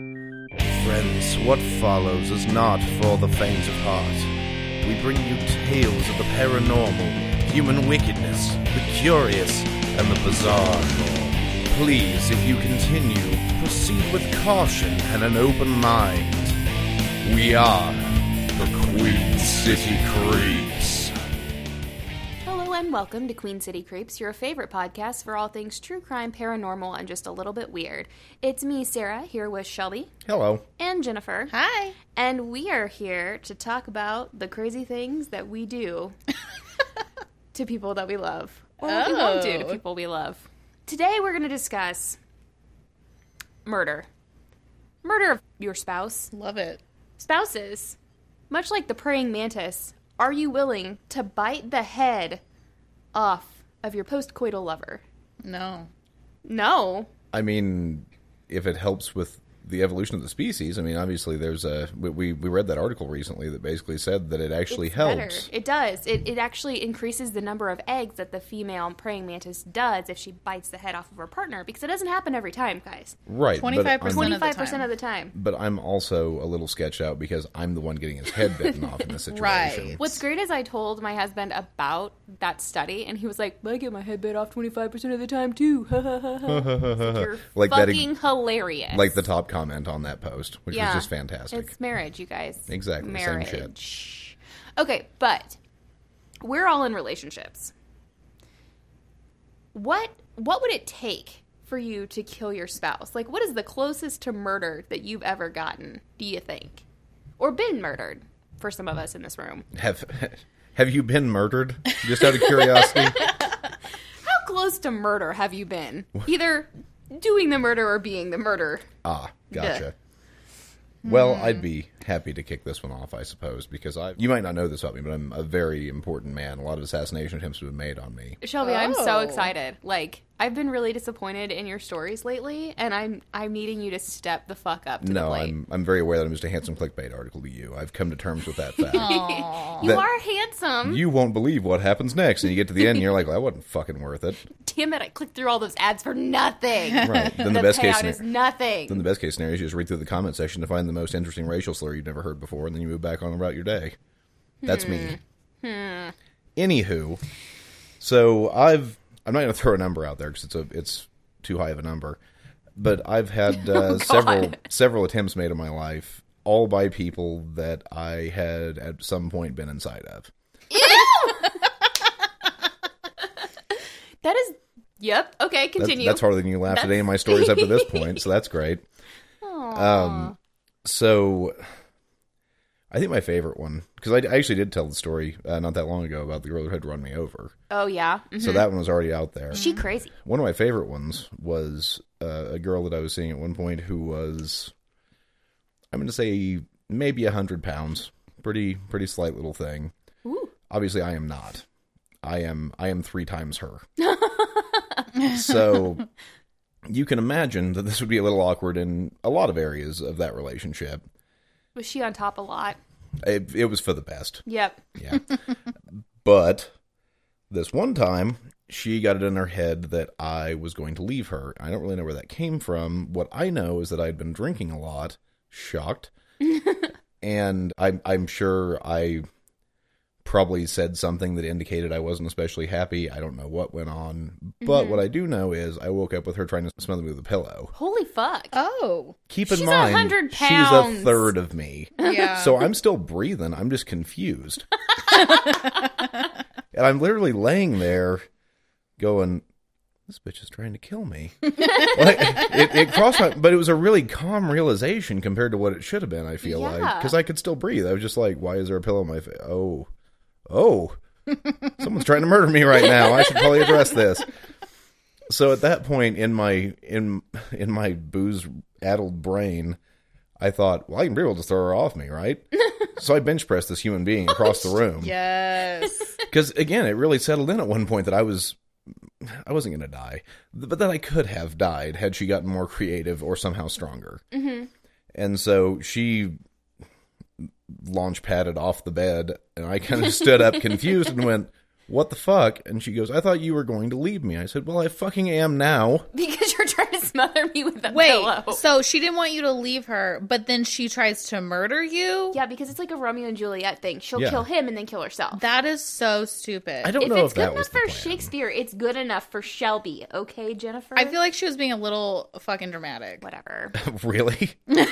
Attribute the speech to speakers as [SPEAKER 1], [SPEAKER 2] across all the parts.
[SPEAKER 1] Friends, what follows is not for the faint of heart. We bring you tales of the paranormal, human wickedness, the curious, and the bizarre. Please, if you continue, proceed with caution and an open mind. We are the Queen City Creeps.
[SPEAKER 2] Hello and welcome to Queen City Creeps, your favorite podcast for all things true crime, paranormal, and just a little bit weird. It's me, Sarah, here with Shelby
[SPEAKER 1] Hello.
[SPEAKER 2] and Jennifer.
[SPEAKER 3] Hi.
[SPEAKER 2] And we are here to talk about the crazy things that we do to people that we love, or what we won't do to
[SPEAKER 3] Oh.
[SPEAKER 2] people we love. Today we're going to discuss murder. Murder of your spouse,
[SPEAKER 3] Love it.
[SPEAKER 2] Spouses, much like the praying mantis, are you willing to bite the head off of your postcoital lover?
[SPEAKER 3] No.
[SPEAKER 2] No.
[SPEAKER 4] I mean, if it helps with the evolution of the species, I mean, obviously there's a we we, we read that article recently that basically said that it actually
[SPEAKER 2] it's better.
[SPEAKER 4] helps.
[SPEAKER 2] It does. It, it actually increases the number of eggs that the female praying mantis does if she bites the head off of her partner because it doesn't happen every time, guys.
[SPEAKER 4] Right, but I'm-
[SPEAKER 3] 25% None of the
[SPEAKER 2] 25% of
[SPEAKER 3] time.
[SPEAKER 2] the time.
[SPEAKER 4] But I'm also a little sketched out because I'm the one getting his head bitten off in this situation.
[SPEAKER 3] Right.
[SPEAKER 2] What's great is I told my husband about that study, and he was like, "I get my head bit off twenty five percent of the time too." You're
[SPEAKER 4] Like that eg-
[SPEAKER 2] fucking hilarious.
[SPEAKER 4] Like the top comment on that post, which was just fantastic.
[SPEAKER 2] It's marriage, you guys.
[SPEAKER 4] Exactly, same
[SPEAKER 2] Marriage.
[SPEAKER 4] shit.
[SPEAKER 2] Okay, but we're all in relationships. What what would it take for you to kill your spouse? Like what is the closest to murder that you've ever gotten, do you think? Or been murdered for some of us in this room.
[SPEAKER 4] have have you been murdered? Just out of curiosity.
[SPEAKER 2] How close to murder have you been? Either doing the murder or being the murderer.
[SPEAKER 4] Ah, gotcha. Well, I'd be happy to kick this one off, I suppose, because I you might not know this about me, but I'm a very important man. A lot of assassination attempts have been made on me.
[SPEAKER 2] Shelby, I'm so
[SPEAKER 3] Oh.
[SPEAKER 2] excited. Like, I've been really disappointed in your stories lately, and I'm I'm needing you to step the fuck up to the
[SPEAKER 4] No,
[SPEAKER 2] plate.
[SPEAKER 4] I'm I'm very aware that I'm just a handsome clickbait article to you. I've come to terms with that fact.
[SPEAKER 2] you
[SPEAKER 4] that-
[SPEAKER 2] are handsome.
[SPEAKER 4] you won't believe what happens next, and you get to the end, and you're like, "Well, "That wasn't fucking worth it."
[SPEAKER 2] Damn it, I clicked through all those ads for nothing.
[SPEAKER 4] Right. Then
[SPEAKER 2] the,
[SPEAKER 4] the, best case
[SPEAKER 2] payout
[SPEAKER 4] scenario,
[SPEAKER 2] is nothing.
[SPEAKER 4] then the best case scenario is you just read through the comment section to find the most interesting racial slur you've never heard before, and then you move back on about your day. That's me.
[SPEAKER 2] Hmm.
[SPEAKER 4] Anywho, so I've I'm not going to throw a number out there because it's a it's too high of a number, but I've had uh,
[SPEAKER 2] Oh,
[SPEAKER 4] several several attempts made in my life, all by people that I had at some point been inside of.
[SPEAKER 2] that is yep. Okay,
[SPEAKER 4] That-
[SPEAKER 2] continue.
[SPEAKER 4] that's harder than you laughed at any of my stories up to this point, so that's great. Um, so I think my favorite one because I, I actually did tell the story uh, not that long ago about the girl who had run me over.
[SPEAKER 2] oh yeah. Mhm.
[SPEAKER 4] So that one was already out there.
[SPEAKER 2] She crazy.
[SPEAKER 4] One of my favorite ones was uh, a girl that I was seeing at one point who was, I'm going to say maybe a hundred pounds, pretty pretty slight little thing.
[SPEAKER 2] Ooh.
[SPEAKER 4] Obviously, I am not. I am I am three times her. so you can imagine that this would be a little awkward in a lot of areas of that relationship.
[SPEAKER 2] Was she on top a lot?
[SPEAKER 4] It, it was for the best.
[SPEAKER 2] Yep.
[SPEAKER 4] Yeah. but this one time, she got it in her head that I was going to leave her. I don't really know where that came from. What I know is that I'd been drinking a lot, shocked. and I'm, I'm sure I probably said something that indicated I wasn't especially happy. I don't know what went on. But
[SPEAKER 2] Mm-hmm.
[SPEAKER 4] what I do know is I woke up with her trying to smother me with a pillow.
[SPEAKER 2] Holy fuck.
[SPEAKER 3] Oh.
[SPEAKER 4] Keep in
[SPEAKER 2] She's a
[SPEAKER 4] mind,
[SPEAKER 2] hundred
[SPEAKER 4] she's a
[SPEAKER 2] pounds.
[SPEAKER 4] third of me.
[SPEAKER 3] Yeah.
[SPEAKER 4] So I'm still breathing. I'm just confused. and I'm literally laying there going, this bitch is trying to kill me. like, it, it crossed my, but it was a really calm realization compared to what it should have been, I feel like.
[SPEAKER 2] Yeah.
[SPEAKER 4] Because I could still breathe. I was just like, why is there a pillow in my face? Oh, oh, someone's trying to murder me right now. I should probably address this. So at that point in my in in my booze addled brain, I thought, well, I can be able to throw her off me, right? so I bench pressed this human being across the room
[SPEAKER 3] yes.
[SPEAKER 4] because again, it really settled in at one point that I was, I wasn't going to die, but that I could have died had she gotten more creative or somehow stronger. Mm-hmm. And so she launch padded off the bed, and I kind of stood up confused and went, "What the fuck?" And she goes, "I thought you were going to leave me." I said, "Well, I fucking am now."
[SPEAKER 2] Because you're trying to smother me with a
[SPEAKER 3] Wait,
[SPEAKER 2] pillow.
[SPEAKER 3] so she didn't want you to leave her, but then she tries to murder you?
[SPEAKER 2] yeah, because it's like a Romeo and Juliet thing. She'll
[SPEAKER 4] Yeah.
[SPEAKER 2] kill him and then kill herself.
[SPEAKER 3] That is so stupid.
[SPEAKER 4] I don't
[SPEAKER 2] if
[SPEAKER 4] know
[SPEAKER 2] it's
[SPEAKER 4] if
[SPEAKER 2] good
[SPEAKER 4] that was
[SPEAKER 2] enough
[SPEAKER 4] the
[SPEAKER 2] for
[SPEAKER 4] plan.
[SPEAKER 2] Shakespeare, it's good enough for Shelby. Okay, Jennifer.
[SPEAKER 3] I feel like she was being a little fucking dramatic.
[SPEAKER 2] whatever.
[SPEAKER 4] really?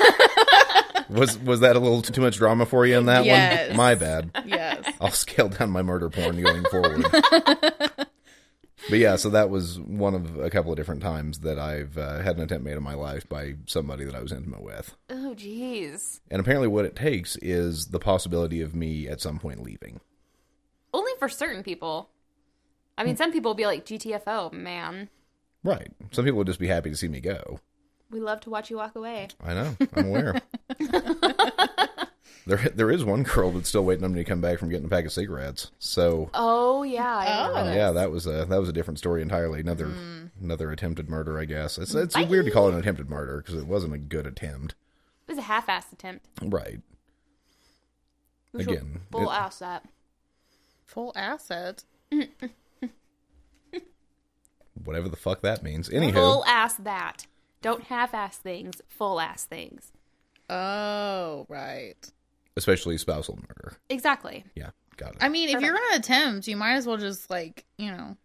[SPEAKER 4] was was that a little too much drama for you in that
[SPEAKER 3] Yes.
[SPEAKER 4] one? My bad.
[SPEAKER 3] Yes.
[SPEAKER 4] I'll scale down my murder porn going forward. but yeah, so that was one of a couple of different times that I've uh, had an attempt made on my life by somebody that I was intimate with.
[SPEAKER 2] Oh, jeez.
[SPEAKER 4] And apparently, what it takes is the possibility of me at some point leaving.
[SPEAKER 2] Only for certain people. I
[SPEAKER 4] Hmm.
[SPEAKER 2] mean, some people will be like, GTFO, man.
[SPEAKER 4] Right. Some people would just be happy to see me go.
[SPEAKER 2] We love to watch you walk away.
[SPEAKER 4] I know. I'm aware. there, there is one girl that's still waiting on me to come back from getting a pack of cigarettes. So, uh,
[SPEAKER 2] Oh, yeah. I
[SPEAKER 3] Oh.
[SPEAKER 2] remember
[SPEAKER 4] yeah, that was a that was a different story entirely. Another another attempted murder, I guess. It's it's weird to call it an attempted murder because it wasn't a good attempt.
[SPEAKER 2] It was a half-assed attempt.
[SPEAKER 4] Right.
[SPEAKER 2] We should
[SPEAKER 4] Again,
[SPEAKER 2] full
[SPEAKER 4] it-
[SPEAKER 2] ass that.
[SPEAKER 3] Full asset.
[SPEAKER 4] Whatever the fuck that means. Anywho,
[SPEAKER 2] Full ass that. Don't half-ass things. Full ass things.
[SPEAKER 3] Oh, right.
[SPEAKER 4] especially spousal murder.
[SPEAKER 2] Exactly.
[SPEAKER 4] Yeah, got it.
[SPEAKER 3] I mean, if you're gonna attempt, you might as well just like, you know,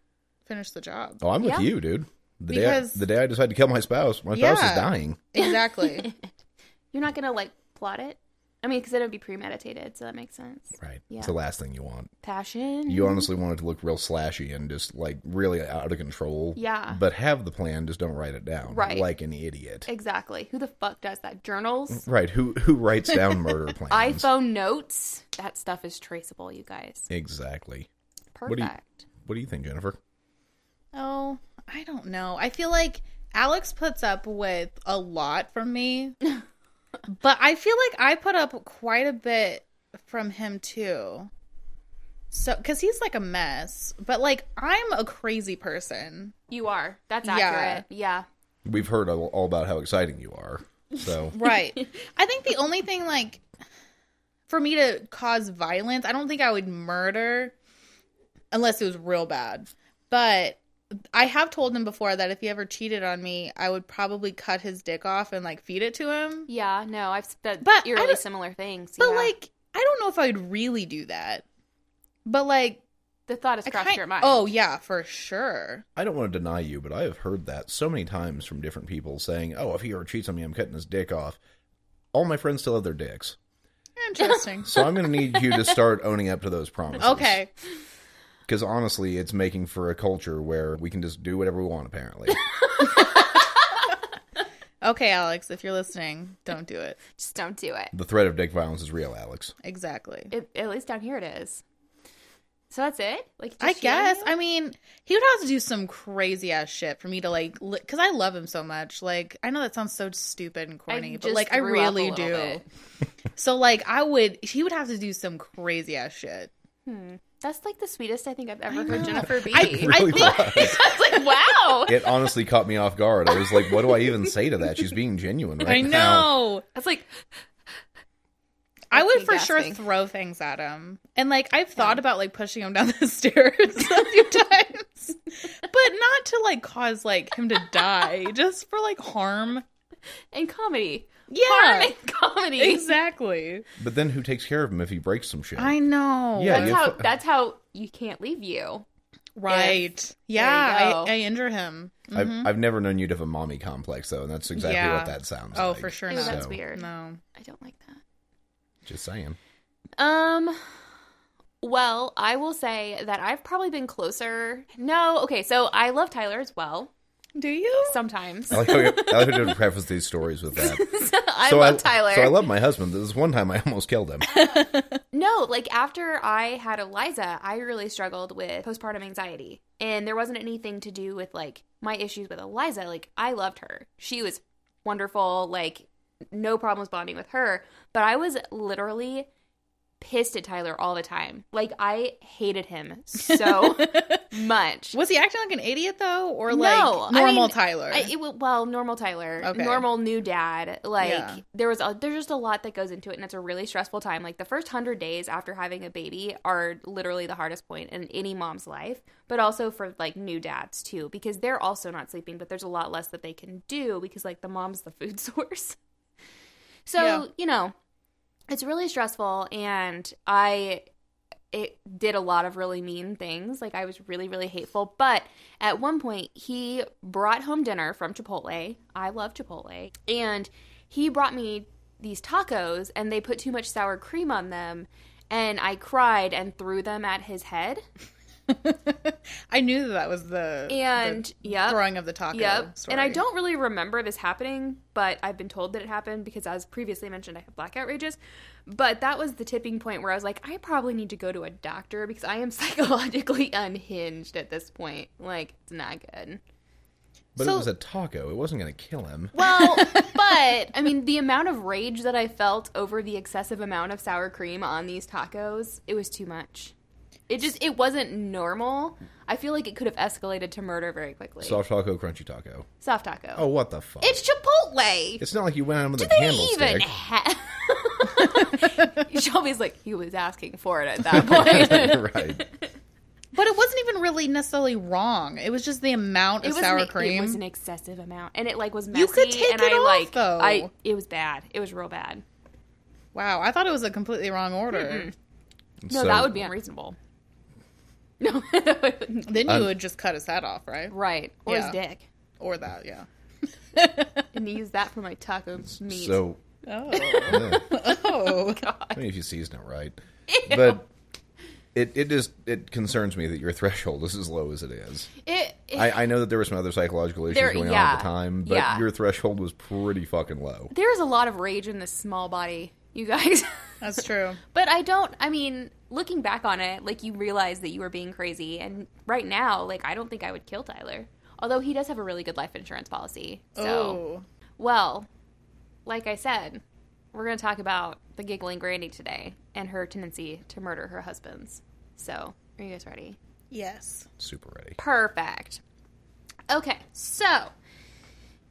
[SPEAKER 3] finish the job.
[SPEAKER 4] oh, I'm with
[SPEAKER 2] Yeah.
[SPEAKER 4] you, dude. The
[SPEAKER 3] Because-
[SPEAKER 4] day I, the day I decided to kill my spouse, my spouse
[SPEAKER 3] Yeah.
[SPEAKER 4] is dying.
[SPEAKER 3] Exactly.
[SPEAKER 2] You're not gonna like plot it. I mean, because it would be premeditated, so that makes sense.
[SPEAKER 4] Right.
[SPEAKER 2] Yeah.
[SPEAKER 4] It's the last thing you want.
[SPEAKER 2] Passion.
[SPEAKER 4] You honestly want it to look real slashy and just like really out of control.
[SPEAKER 2] Yeah.
[SPEAKER 4] But have the plan, just don't write it down.
[SPEAKER 2] Right.
[SPEAKER 4] Like an idiot.
[SPEAKER 2] Exactly. Who the fuck does that? Journals,
[SPEAKER 4] Right. Who who writes down murder plans?
[SPEAKER 2] iPhone notes. That stuff is traceable, you guys.
[SPEAKER 4] Exactly.
[SPEAKER 2] Perfect.
[SPEAKER 4] do you- What do you think, Jennifer?
[SPEAKER 3] oh, I don't know. I feel like Alex puts up with a lot from me. but I feel like I put up quite a bit from him too. So, because he's like a mess, but like I'm a crazy person.
[SPEAKER 2] You are. That's
[SPEAKER 3] Yeah.
[SPEAKER 2] accurate. Yeah.
[SPEAKER 4] We've heard all, all about how exciting you are. So
[SPEAKER 3] Right. I think the only thing like for me to cause violence, I don't think I would murder unless it was real bad. But I have told him before that if he ever cheated on me, I would probably cut his dick off and like feed it to him.
[SPEAKER 2] yeah. No, I've said
[SPEAKER 3] But I
[SPEAKER 2] eerily
[SPEAKER 3] don't-
[SPEAKER 2] similar things.
[SPEAKER 3] But
[SPEAKER 2] yeah.
[SPEAKER 3] like I don't know if I would really do that. But like
[SPEAKER 2] the thought has
[SPEAKER 3] I
[SPEAKER 2] crossed
[SPEAKER 3] kind-
[SPEAKER 2] your mind.
[SPEAKER 3] Oh yeah, for sure.
[SPEAKER 4] I don't want to deny you, but I have heard that so many times from different people saying, "Oh, if he ever cheats on me, I'm cutting his dick off." All my friends still have their dicks,
[SPEAKER 3] Interesting.
[SPEAKER 4] so I'm going to need you to start owning up to those promises.
[SPEAKER 3] okay.
[SPEAKER 4] Because honestly, it's making for a culture where we can just do whatever we want. Apparently,
[SPEAKER 3] Okay, Alex, if you're listening, don't do it.
[SPEAKER 2] just don't do it.
[SPEAKER 4] the threat of dick violence is real, Alex.
[SPEAKER 3] Exactly.
[SPEAKER 2] it. At least down here it is. So that's it. Like
[SPEAKER 3] I
[SPEAKER 2] just cheating on
[SPEAKER 3] guess.
[SPEAKER 2] you?
[SPEAKER 3] I mean, he would have to do some crazy ass shit for me to like, because I love him so much. Like, I know that sounds so stupid and corny, but
[SPEAKER 2] just
[SPEAKER 3] like, I
[SPEAKER 2] threw up a
[SPEAKER 3] really
[SPEAKER 2] little
[SPEAKER 3] do.
[SPEAKER 2] bit.
[SPEAKER 3] so like, I would. He would have to do some crazy ass shit.
[SPEAKER 2] That's like the sweetest I think I've ever heard Jennifer be.
[SPEAKER 3] I, I
[SPEAKER 4] Really
[SPEAKER 3] think.
[SPEAKER 4] was.
[SPEAKER 2] I was like, wow.
[SPEAKER 4] it honestly caught me off guard. I was like, "What do I even say to that?" She's being genuine right
[SPEAKER 3] I
[SPEAKER 4] now.
[SPEAKER 3] know.
[SPEAKER 2] That's like,
[SPEAKER 3] I would
[SPEAKER 2] me
[SPEAKER 3] for
[SPEAKER 2] gasping.
[SPEAKER 3] sure throw things at him, and like I've thought about like pushing him down the stairs a few times, but not to like cause like him to die, just for like harm.
[SPEAKER 2] and comedy.
[SPEAKER 3] Yeah,
[SPEAKER 2] Harm and comedy.
[SPEAKER 3] exactly.
[SPEAKER 4] But then, who takes care of him if he breaks some shit?
[SPEAKER 3] I know.
[SPEAKER 4] Yeah,
[SPEAKER 2] That's
[SPEAKER 4] you-
[SPEAKER 2] how. That's how you can't leave you.
[SPEAKER 3] Right.
[SPEAKER 2] There you
[SPEAKER 3] yeah,
[SPEAKER 2] go.
[SPEAKER 3] I, I injure him. Mm-hmm.
[SPEAKER 4] I've,
[SPEAKER 2] Mm-hmm.
[SPEAKER 4] I've never known you to have a mommy complex, though, and that's exactly
[SPEAKER 3] Yeah.
[SPEAKER 4] what that sounds
[SPEAKER 3] Oh,
[SPEAKER 4] like.
[SPEAKER 3] for sure
[SPEAKER 2] Ew,
[SPEAKER 3] not.
[SPEAKER 2] that's
[SPEAKER 4] So-
[SPEAKER 2] weird.
[SPEAKER 3] No.
[SPEAKER 2] I don't like that.
[SPEAKER 4] Just saying.
[SPEAKER 2] Um. Well, I will say that I've probably been closer. No, okay. So I love Tyler as well.
[SPEAKER 3] Do you?
[SPEAKER 2] Sometimes
[SPEAKER 4] I like how you, I like how you preface these stories with that.
[SPEAKER 2] I love Tyler.
[SPEAKER 4] Oh. So I love my husband. This is one time I almost killed him.
[SPEAKER 2] No, like after I had Eliza, I really struggled with postpartum anxiety. And there wasn't anything to do with like my issues with Eliza. Like I loved her. She was wonderful, like no problems bonding with her, but I was literally pissed at Tyler all the time. Like I hated him so much.
[SPEAKER 3] Was he acting like an idiot though, or like
[SPEAKER 2] No, I
[SPEAKER 3] normal
[SPEAKER 2] mean,
[SPEAKER 3] Tyler?
[SPEAKER 2] I, it, wa- well, normal Tyler,
[SPEAKER 3] Okay.
[SPEAKER 2] normal new dad. Like
[SPEAKER 3] Yeah.
[SPEAKER 2] there was a, there's just a lot that goes into it, and it's a really stressful time. Like the first hundred days after having a baby are literally the hardest point in any mom's life, but also for like new dads too, because they're also not sleeping, but there's a lot less that they can do because like the mom's the food source. So
[SPEAKER 3] Yeah.
[SPEAKER 2] you know, it's really stressful, and I it did a lot of really mean things. Like I was really, really hateful. But at one point, he brought home dinner from Chipotle. I love Chipotle, and he brought me these tacos, and they put too much sour cream on them, and I cried and threw them at his head.
[SPEAKER 3] I knew that, that was the
[SPEAKER 2] And
[SPEAKER 3] the
[SPEAKER 2] yep,
[SPEAKER 3] throwing of the taco.
[SPEAKER 2] Yep. And I
[SPEAKER 3] story.
[SPEAKER 2] don't really remember this happening, but I've been told that it happened because, as previously mentioned, I have blackout rages. But that was the tipping point where I was like, I probably need to go to a doctor because I am psychologically unhinged at this point. Like, it's not good.
[SPEAKER 4] But
[SPEAKER 3] So-
[SPEAKER 4] it was a taco. It wasn't going to kill him.
[SPEAKER 2] Well, but I mean, the amount of rage that I felt over the excessive amount of sour cream on these tacos, it was too much. It just it wasn't normal. I feel like it could have escalated to murder very quickly.
[SPEAKER 4] Soft taco, crunchy taco.
[SPEAKER 2] Soft taco.
[SPEAKER 4] Oh, what the fuck?
[SPEAKER 2] It's Chipotle.
[SPEAKER 4] It's not like you went out with a
[SPEAKER 2] they
[SPEAKER 4] candlestick.
[SPEAKER 2] even ha- Shelby's like he was asking for it at that point.
[SPEAKER 4] right.
[SPEAKER 3] But it wasn't even really necessarily wrong. It was just the amount
[SPEAKER 2] it
[SPEAKER 3] of
[SPEAKER 2] was
[SPEAKER 3] sour
[SPEAKER 2] an,
[SPEAKER 3] cream.
[SPEAKER 2] It was an excessive amount, and it like was messy.
[SPEAKER 3] You could take
[SPEAKER 2] and
[SPEAKER 3] it
[SPEAKER 2] I,
[SPEAKER 3] off,
[SPEAKER 2] like,
[SPEAKER 3] though.
[SPEAKER 2] I it was bad. It was real bad.
[SPEAKER 3] wow, I thought it was a completely wrong order.
[SPEAKER 2] No, that would be unreasonable. No,
[SPEAKER 3] Then you
[SPEAKER 4] Um,
[SPEAKER 3] would just cut his head off, right?
[SPEAKER 2] right or his
[SPEAKER 3] Yeah.
[SPEAKER 2] dick,
[SPEAKER 3] Or that, yeah.
[SPEAKER 2] and use that for my taco meat.
[SPEAKER 4] So,
[SPEAKER 3] Oh,
[SPEAKER 4] yeah.
[SPEAKER 3] oh.
[SPEAKER 4] I mean, if you season it right. But it, it just it concerns me that your threshold is as low as it is.
[SPEAKER 2] it, it-
[SPEAKER 4] I, I know that there were some other psychological issues
[SPEAKER 2] There-
[SPEAKER 4] going on
[SPEAKER 2] yeah.
[SPEAKER 4] at the time, but
[SPEAKER 2] Yeah.
[SPEAKER 4] your threshold was pretty fucking low.
[SPEAKER 2] there's a lot of rage in this small body, you guys.
[SPEAKER 3] that's true.
[SPEAKER 2] But I don't, I mean, looking back on it, like you realize that you were being crazy. And right now, like, I don't think I would kill Tyler. Although he does have a really good life insurance policy. So,
[SPEAKER 3] Oh,
[SPEAKER 2] well, like I said, we're going to talk about the giggling granny today and her tendency to murder her husbands. So, are you guys ready?
[SPEAKER 3] yes.
[SPEAKER 4] Super ready.
[SPEAKER 2] Perfect. Okay, so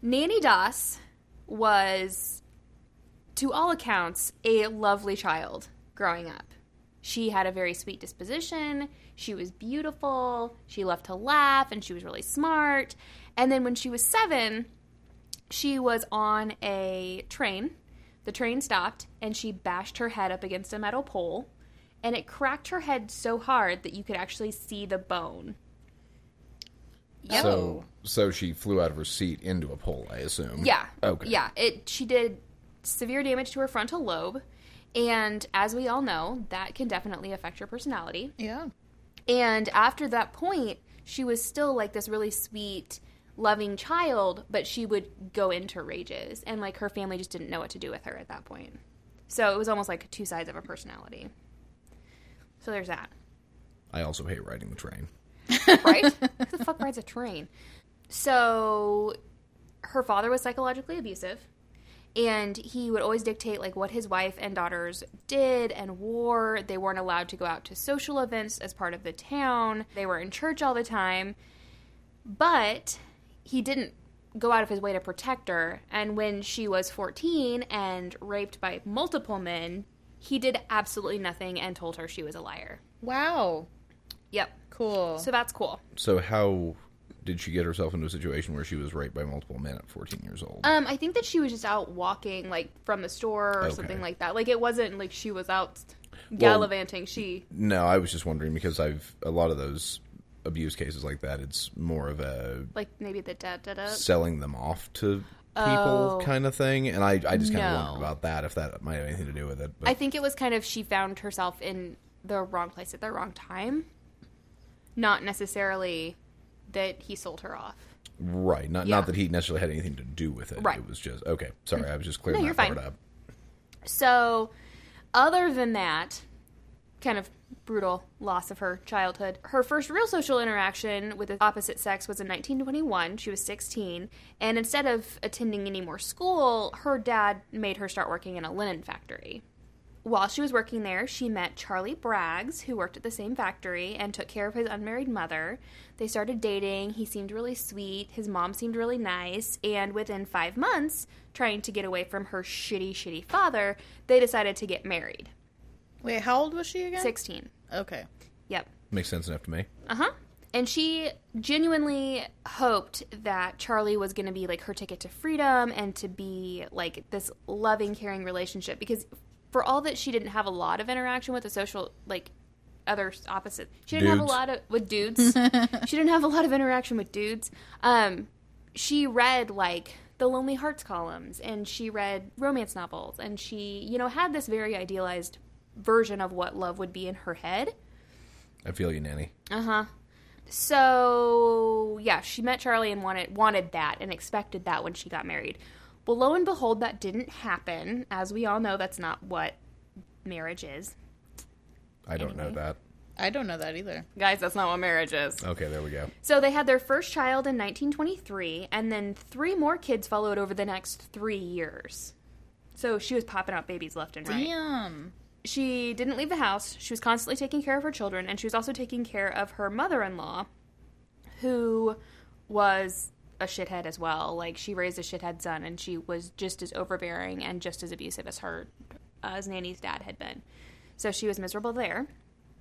[SPEAKER 2] Nanny Doss was, to all accounts, a lovely child growing up. She had a very sweet disposition. She was beautiful. She loved to laugh and she was really smart. And then when she was seven, she was on a train. The train stopped and she bashed her head up against a metal pole and it cracked her head so hard that you could actually see the bone.
[SPEAKER 4] So, so she flew out of her seat into a pole, I assume.
[SPEAKER 2] Oh. Yeah.
[SPEAKER 4] Okay.
[SPEAKER 2] Yeah. It she did severe damage to her frontal lobe. And as we all know, that can definitely affect your personality.
[SPEAKER 3] Yeah.
[SPEAKER 2] And after that point, she was still like this really sweet, loving child, but she would go into rages. And like her family just didn't know what to do with her at that point. So it was almost like two sides of a personality. So there's that.
[SPEAKER 4] I also hate riding the train.
[SPEAKER 2] right? Who the fuck rides a train? So her father was psychologically abusive and he would always dictate like what his wife and daughters did and wore. They weren't allowed to go out to social events as part of the town. They were in church all the time. But he didn't go out of his way to protect her. And when she was 14 and raped by multiple men, he did absolutely nothing and told her she was a liar.
[SPEAKER 3] Wow.
[SPEAKER 2] Yep.
[SPEAKER 3] Cool.
[SPEAKER 2] So that's cool.
[SPEAKER 4] So how did she get herself into a situation where she was raped by multiple men at 14 years old?
[SPEAKER 2] Um, I think that she was just out walking, like from the store or
[SPEAKER 4] Okay.
[SPEAKER 2] something like that. Like it wasn't like she was out gallivanting. she
[SPEAKER 4] no, I was just wondering because I've a lot of those abuse cases like that. It's more of a
[SPEAKER 2] like maybe the da da da.
[SPEAKER 4] selling them off to people
[SPEAKER 2] Oh.
[SPEAKER 4] kind of thing, and I, I just kind of
[SPEAKER 2] No.
[SPEAKER 4] wondered about that if that might have anything to do with it. But
[SPEAKER 2] I think it was kind of she found herself in the wrong place at the wrong time. Not necessarily that he sold her off.
[SPEAKER 4] right, not
[SPEAKER 2] Yeah.
[SPEAKER 4] not that he necessarily had anything to do with it.
[SPEAKER 2] Right.
[SPEAKER 4] It was just okay. Sorry, I was just clearing
[SPEAKER 2] No,
[SPEAKER 4] that
[SPEAKER 2] you're
[SPEAKER 4] part
[SPEAKER 2] fine.
[SPEAKER 4] up.
[SPEAKER 2] So, other than that, kind of brutal loss of her childhood, her first real social interaction with the opposite sex was in 1921. She was 16. And instead of attending any more school, her dad made her start working in a linen factory. While she was working there, she met Charlie Braggs, who worked at the same factory and took care of his unmarried mother. They started dating. He seemed really sweet. His mom seemed really nice. And within five months, trying to get away from her shitty, shitty father, they decided to get married.
[SPEAKER 3] Wait, how old was she again?
[SPEAKER 2] 16.
[SPEAKER 3] Okay.
[SPEAKER 2] Yep.
[SPEAKER 4] Makes sense enough to me.
[SPEAKER 2] Uh huh. And she genuinely hoped that Charlie was going to be like her ticket to freedom and to be like this loving, caring relationship. Because for all that she didn't have a lot of interaction with the social, like other opposite, she didn't have a
[SPEAKER 4] Dudes.
[SPEAKER 2] lot of with dudes. she didn't have a lot of interaction with dudes. Um, she read like the Lonely Hearts columns and she read romance novels and she, you know, had this very idealized version of what love would be in her head.
[SPEAKER 4] I feel you, Nanny.
[SPEAKER 2] So yeah, she met Charlie and wanted wanted that and expected that when she got married. Well, lo and behold, that didn't happen. As we all know, that's not what marriage is,
[SPEAKER 4] I don't know that.
[SPEAKER 3] I don't know that either.
[SPEAKER 2] guys. That's not what marriage is.
[SPEAKER 4] Okay, there we go.
[SPEAKER 2] So they had their first child in 1923, and then three more kids followed over the next three years. So she was popping out babies left and right.
[SPEAKER 3] Damn.
[SPEAKER 2] She didn't leave the house. She was constantly taking care of her children, and she was also taking care of her mother in law, who was a shithead as well. Like, she raised a shithead son, and she was just as overbearing and just as abusive as her, uh, as Nanny's dad had been. So she was miserable there.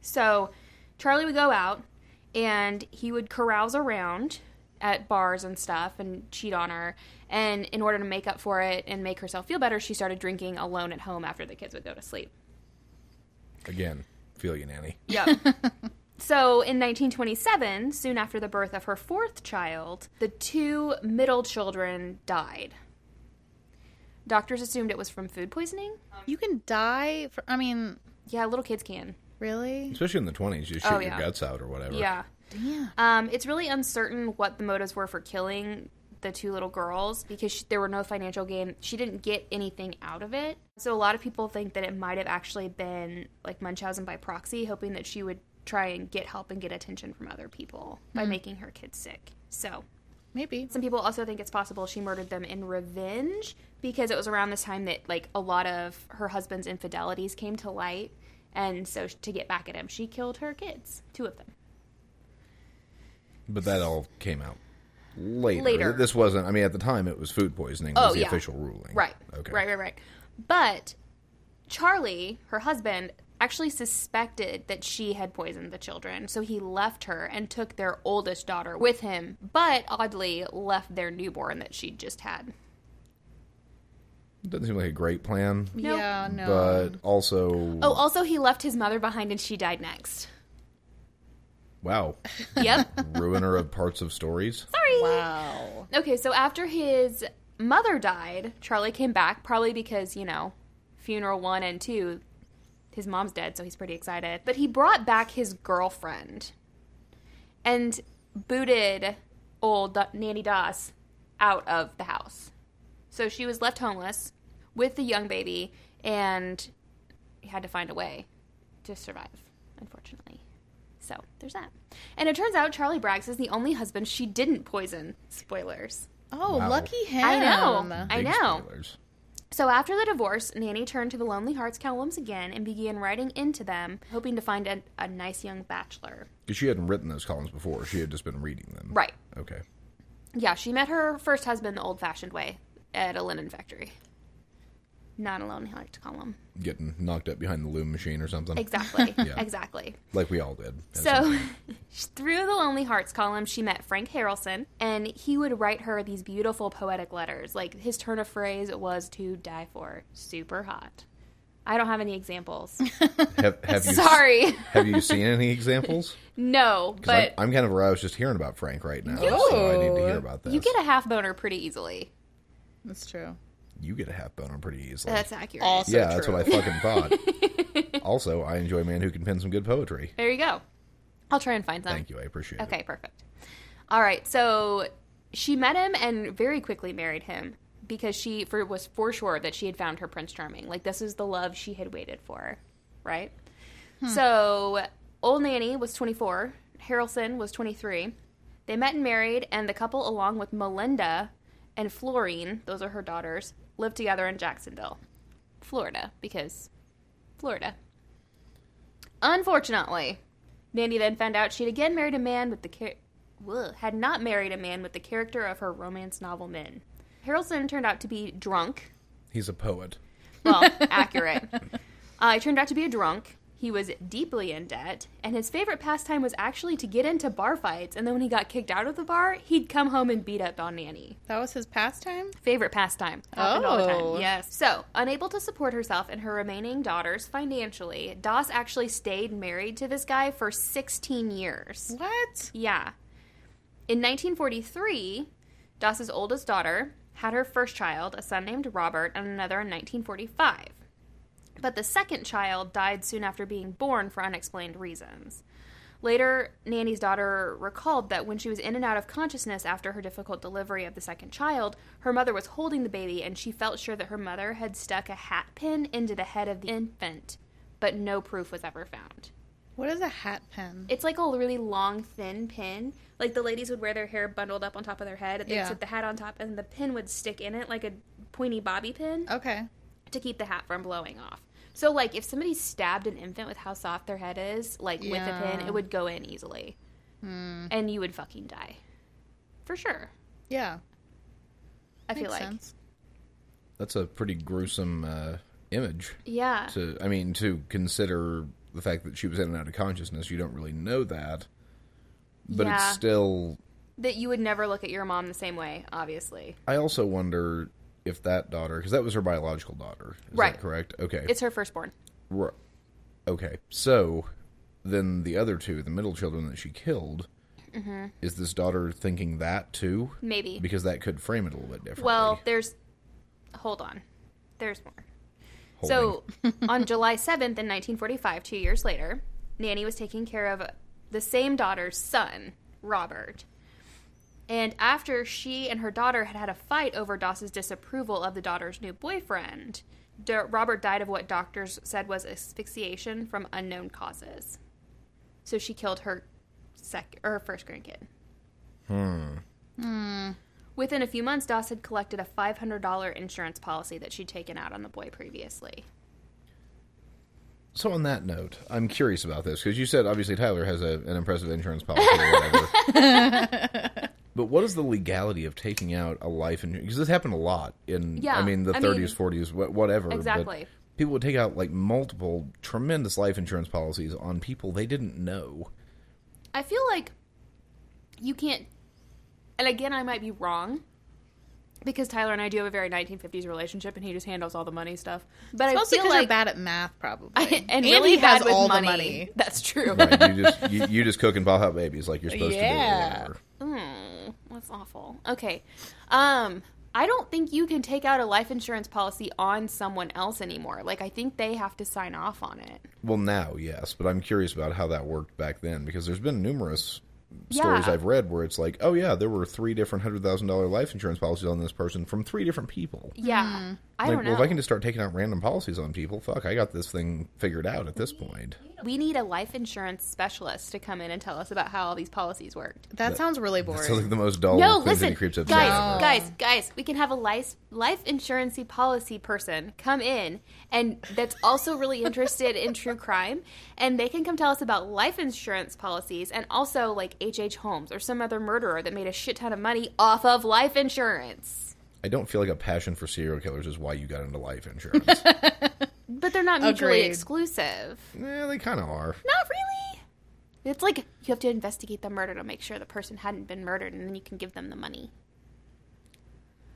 [SPEAKER 2] So Charlie would go out, and he would carouse around at bars and stuff and cheat on her. And in order to make up for it and make herself feel better, she started drinking alone at home after the kids would go to sleep.
[SPEAKER 4] Again, feel you, Nanny.
[SPEAKER 2] Yep. so in 1927, soon after the birth of her fourth child, the two middle children died. Doctors assumed it was from food poisoning.
[SPEAKER 3] You can die. For, I mean,
[SPEAKER 2] Yeah, little kids can.
[SPEAKER 3] really?
[SPEAKER 4] Especially in the 20s, you shoot
[SPEAKER 2] Oh, yeah.
[SPEAKER 4] your guts out or whatever.
[SPEAKER 2] Yeah.
[SPEAKER 3] Yeah.
[SPEAKER 2] Um, it's really uncertain what the motives were for killing the two little girls because she, there were no financial gain. She didn't get anything out of it. So a lot of people think that it might have actually been like Munchausen by proxy, hoping that she would try and get help and get attention from other people by making her kids sick. So
[SPEAKER 3] Maybe.
[SPEAKER 2] some people also think it's possible she murdered them in revenge because it was around this time that like a lot of her husband's infidelities came to light and so to get back at him she killed her kids two of them
[SPEAKER 4] But that all came out later.
[SPEAKER 2] Later.
[SPEAKER 4] This wasn't, I mean, at the time it was food poisoning,
[SPEAKER 2] Oh,
[SPEAKER 4] was the
[SPEAKER 2] yeah.
[SPEAKER 4] official ruling.
[SPEAKER 2] Right.
[SPEAKER 4] Okay.
[SPEAKER 2] Right, right, right. But Charlie, her husband, actually suspected that she had poisoned the children, so he left her and took their oldest daughter with him, but oddly left their newborn that she'd just had.
[SPEAKER 4] Doesn't seem like a great plan,
[SPEAKER 2] Nope.
[SPEAKER 3] Yeah, no.
[SPEAKER 4] but also,
[SPEAKER 2] Oh, also he left his mother behind and she died next.
[SPEAKER 4] wow,
[SPEAKER 2] Yep.
[SPEAKER 4] ruiner of parts of stories.
[SPEAKER 2] Sorry.
[SPEAKER 3] wow.
[SPEAKER 2] Okay, so after his mother died, Charlie came back, probably because, you know, funeral one and two, his mom's dead, so he's pretty excited. But he brought back his girlfriend and booted old Do- Nanny Doss out of the house. So she was left homeless with the young baby and had to find a way to survive, unfortunately. So there's that. And it turns out Charlie Braggs is the only husband she didn't poison. Spoilers.
[SPEAKER 3] Oh,
[SPEAKER 4] Wow.
[SPEAKER 3] lucky him.
[SPEAKER 2] I know. I
[SPEAKER 4] Big
[SPEAKER 2] know.
[SPEAKER 4] spoilers.
[SPEAKER 2] Um, So after the divorce, Nanny turned to the Lonely Hearts columns again and began writing into them, hoping to find a, a nice young bachelor.
[SPEAKER 4] Because she hadn't written those columns before. She had just been reading them.
[SPEAKER 2] Right.
[SPEAKER 4] Okay.
[SPEAKER 2] Yeah, she met her first husband the old fashioned way at a linen factory. Not a Lonely Hearts column.
[SPEAKER 4] Getting knocked up behind the loom machine or something.
[SPEAKER 2] Exactly.
[SPEAKER 4] Yeah.
[SPEAKER 2] Exactly.
[SPEAKER 4] like we all did. at some
[SPEAKER 2] So, through the Lonely Hearts column, she met Frank Harrelson, and he would write her these beautiful poetic letters. Like, his turn of phrase was to die for. Super hot. I don't have any examples.
[SPEAKER 4] Have, have you
[SPEAKER 2] Sorry.
[SPEAKER 4] have you seen any examples?
[SPEAKER 2] No,
[SPEAKER 4] 'Cause I'm-
[SPEAKER 2] but
[SPEAKER 4] I'm, kind of aroused just hearing about Frank right now, so I need to hear about this.
[SPEAKER 2] you get a half boner pretty easily.
[SPEAKER 3] That's true.
[SPEAKER 4] you get a half boner pretty easily.
[SPEAKER 2] That's accurate.
[SPEAKER 3] Also
[SPEAKER 4] yeah,
[SPEAKER 3] true.
[SPEAKER 4] that's what I fucking thought. also, I enjoy a man who can pen some good poetry.
[SPEAKER 2] There you go. I'll try and find some.
[SPEAKER 4] Thank you, I appreciate it.
[SPEAKER 2] Oh. Okay, perfect. All right, so she met him and very quickly married him because she for, was for sure that she had found her Prince Charming. Like, this is the love she had waited for, right? So, old Nanny was 24, Harrelson was 23. They met and married, and the couple, along with Melinda and Florine, those are her daughters, lived together in Jacksonville, Florida, because Florida. Unfortunately, Nanny then found out she'd again married a man with the char- Ugh, had not married a man with the character of her romance novel men. Harrelson turned out to be drunk.
[SPEAKER 4] He's a poet.
[SPEAKER 2] Well, accurate. Uh, he turned out to be a drunk. He was deeply in debt, and his favorite pastime was actually to get into bar fights. And then when he got kicked out of the bar, he'd come home and beat up on Nanny.
[SPEAKER 3] That was his pastime?
[SPEAKER 2] Favorite pastime. Happened all the
[SPEAKER 3] Oh.
[SPEAKER 2] time. Yes. So, unable to support herself and her remaining daughters financially, Doss actually stayed married to this guy for 16 years.
[SPEAKER 3] What?
[SPEAKER 2] Yeah. In 1943, Doss's oldest daughter had her first child, a son named Robert, and another in 1945. But the second child died soon after being born for unexplained reasons. Later, Nanny's daughter recalled that when she was in and out of consciousness after her difficult delivery of the second child, her mother was holding the baby and she felt sure that her mother had stuck a hat pin into the head of the infant, but no proof was ever found.
[SPEAKER 3] What is a hat pin?
[SPEAKER 2] It's like a really long, thin pin. Like the ladies would wear their hair bundled up on top of their head, and they'd
[SPEAKER 3] Yeah.
[SPEAKER 2] sit the hat on top, and the pin would stick in it like a pointy bobby pin
[SPEAKER 3] Okay.
[SPEAKER 2] to keep the hat from blowing off. So, like, if somebody stabbed an infant with how soft their head is, like with a pin,
[SPEAKER 3] Yeah. Hmm.
[SPEAKER 2] it would go in easily. And you would fucking die. For sure.
[SPEAKER 3] Yeah.
[SPEAKER 2] I
[SPEAKER 3] Makes
[SPEAKER 2] feel like.
[SPEAKER 3] sense.
[SPEAKER 4] That's a pretty gruesome uh, image.
[SPEAKER 2] Yeah.
[SPEAKER 4] To I mean, to consider the fact that she was in and out of consciousness, you don't really know that, but
[SPEAKER 2] Yeah.
[SPEAKER 4] it's still.
[SPEAKER 2] That you would never look at your mom the same way, obviously.
[SPEAKER 4] I also wonder if that daughter, because that was her biological daughter, is
[SPEAKER 2] Right.
[SPEAKER 4] That correct. Okay.
[SPEAKER 2] It's her firstborn.
[SPEAKER 4] Ru- Okay. So then the other two, the middle children that she killed,
[SPEAKER 2] Mm-hmm.
[SPEAKER 4] is this daughter thinking that too?
[SPEAKER 2] Maybe.
[SPEAKER 4] Because that could frame it a little bit differently.
[SPEAKER 2] Well, there's. Hold on. There's more.
[SPEAKER 4] Holding.
[SPEAKER 2] So, on July 7th in 1945, two years later, Nanny was taking care of the same daughter's son, Robert. And after she and her daughter had had a fight over Doss's disapproval of the daughter's new boyfriend, D- Robert died of what doctors said was asphyxiation from unknown causes. So she killed her sec- or her first grandkid. Hmm. Within a few months, Doss had collected a $500 insurance policy that she'd taken out on the boy previously.
[SPEAKER 4] So on that note, I'm curious about this because you said obviously Tyler has a, an impressive insurance policy or whatever. but what is the legality of taking out a life insurance? Because this happened a lot in,
[SPEAKER 2] Yeah,
[SPEAKER 4] I mean, the
[SPEAKER 2] I
[SPEAKER 4] 30s,
[SPEAKER 2] mean-
[SPEAKER 4] 40s, wh- whatever. but
[SPEAKER 2] Exactly.
[SPEAKER 4] People would take out like multiple tremendous life insurance policies on people they didn't know.
[SPEAKER 2] I feel like you can't. And again, I might be wrong because Tyler and I do have a very 1950s relationship, and he just handles all the money stuff. But I
[SPEAKER 3] Mostly
[SPEAKER 2] feel
[SPEAKER 3] because
[SPEAKER 2] like
[SPEAKER 3] you're bad at math, probably.
[SPEAKER 2] and
[SPEAKER 3] Andy
[SPEAKER 2] really bad
[SPEAKER 3] has
[SPEAKER 2] with
[SPEAKER 3] all
[SPEAKER 2] money.
[SPEAKER 3] the money.
[SPEAKER 2] That's true.
[SPEAKER 4] Right, you just you, you just cook and pop out babies like you're supposed
[SPEAKER 3] Yeah.
[SPEAKER 4] to do. or whatever.
[SPEAKER 2] Mm, that's awful. Okay, um, I don't think you can take out a life insurance policy on someone else anymore. Like I think they have to sign off on it.
[SPEAKER 4] Well, now yes, but I'm curious about how that worked back then because there's been numerous stories
[SPEAKER 2] Yeah.
[SPEAKER 4] I've read where it's like, oh yeah, there were three different hundred thousand dollar life insurance policies on this person from three different people.
[SPEAKER 2] Yeah, I
[SPEAKER 4] like,
[SPEAKER 2] don't know.
[SPEAKER 4] well, if I can just start taking out random policies on people, fuck, I got this thing figured out at this point.
[SPEAKER 2] We need a life insurance specialist to come in and tell us about how all these policies worked.
[SPEAKER 3] That, sounds really boring.
[SPEAKER 4] That's like the most dull
[SPEAKER 2] No,
[SPEAKER 4] Queen City
[SPEAKER 2] listen,
[SPEAKER 4] creeps
[SPEAKER 2] guys,
[SPEAKER 4] episode ever.
[SPEAKER 2] guys, guys. We can have a life life insurancy policy person come in, and that's also really interested in true crime, and they can come tell us about life insurance policies, and also like H. H. Holmes or some other murderer that made a shit ton of money off of life insurance.
[SPEAKER 4] I don't feel like a passion for serial killers is why you got into life insurance.
[SPEAKER 2] But they're not mutually
[SPEAKER 3] Agreed.
[SPEAKER 2] exclusive.
[SPEAKER 4] yeah, Eh, they kind of are.
[SPEAKER 2] Not really. It's like you have to investigate the murder to make sure the person hadn't been murdered, and then you can give them the money.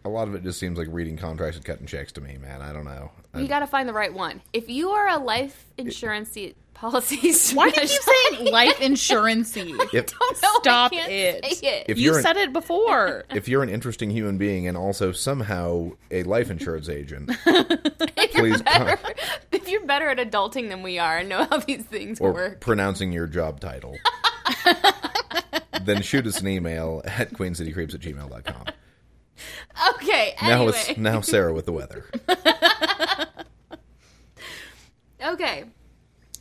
[SPEAKER 4] A lot of it just seems like reading contracts and cutting checks to me, man. I don't know. I-
[SPEAKER 2] You got to find the right one. If you are a life insurance policy,
[SPEAKER 3] Why do you keep
[SPEAKER 2] specialist-
[SPEAKER 3] saying life insurancy?
[SPEAKER 4] if-
[SPEAKER 2] Don't know, I
[SPEAKER 3] Stop
[SPEAKER 2] can't
[SPEAKER 3] it.
[SPEAKER 2] say it.
[SPEAKER 4] If
[SPEAKER 3] you
[SPEAKER 4] you're an-
[SPEAKER 3] said it before.
[SPEAKER 4] if you're an interesting human being and also somehow a life insurance agent,
[SPEAKER 2] If
[SPEAKER 4] please
[SPEAKER 2] you're better,
[SPEAKER 4] con-
[SPEAKER 2] if you're better at adulting than we are and know how these things
[SPEAKER 4] or
[SPEAKER 2] work,
[SPEAKER 4] pronouncing your job title, then shoot us an email at queencitycreeps at gmail.com.
[SPEAKER 2] okay.
[SPEAKER 4] Now
[SPEAKER 2] Anyway,
[SPEAKER 4] it's now Sarah with the weather.
[SPEAKER 2] okay.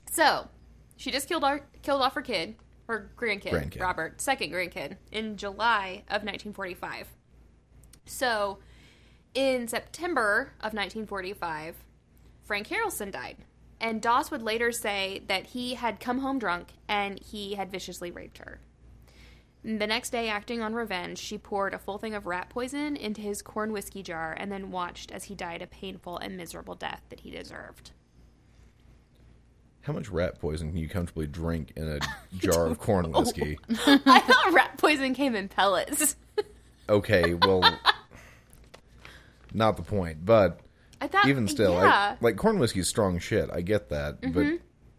[SPEAKER 2] So she just killed our killed off her kid, her grandkid,
[SPEAKER 4] Grandkid.
[SPEAKER 2] Robert, second grandkid, in July of 1945. So in September of 1945, Frank Harrelson died. And Doss would later say that he had come home drunk and he had viciously raped her. The next day, acting on revenge, she poured a full thing of rat poison into his corn whiskey jar and then watched as he died a painful and miserable death that he deserved.
[SPEAKER 4] How much rat poison can you comfortably drink in a jar of corn
[SPEAKER 2] Oh.
[SPEAKER 4] whiskey?
[SPEAKER 2] I thought rat poison came in pellets.
[SPEAKER 4] Okay, well, not the point. But
[SPEAKER 2] I thought
[SPEAKER 4] even still,
[SPEAKER 2] Uh, yeah. Mm-hmm.
[SPEAKER 4] I, like corn whiskey's strong shit. I get that, but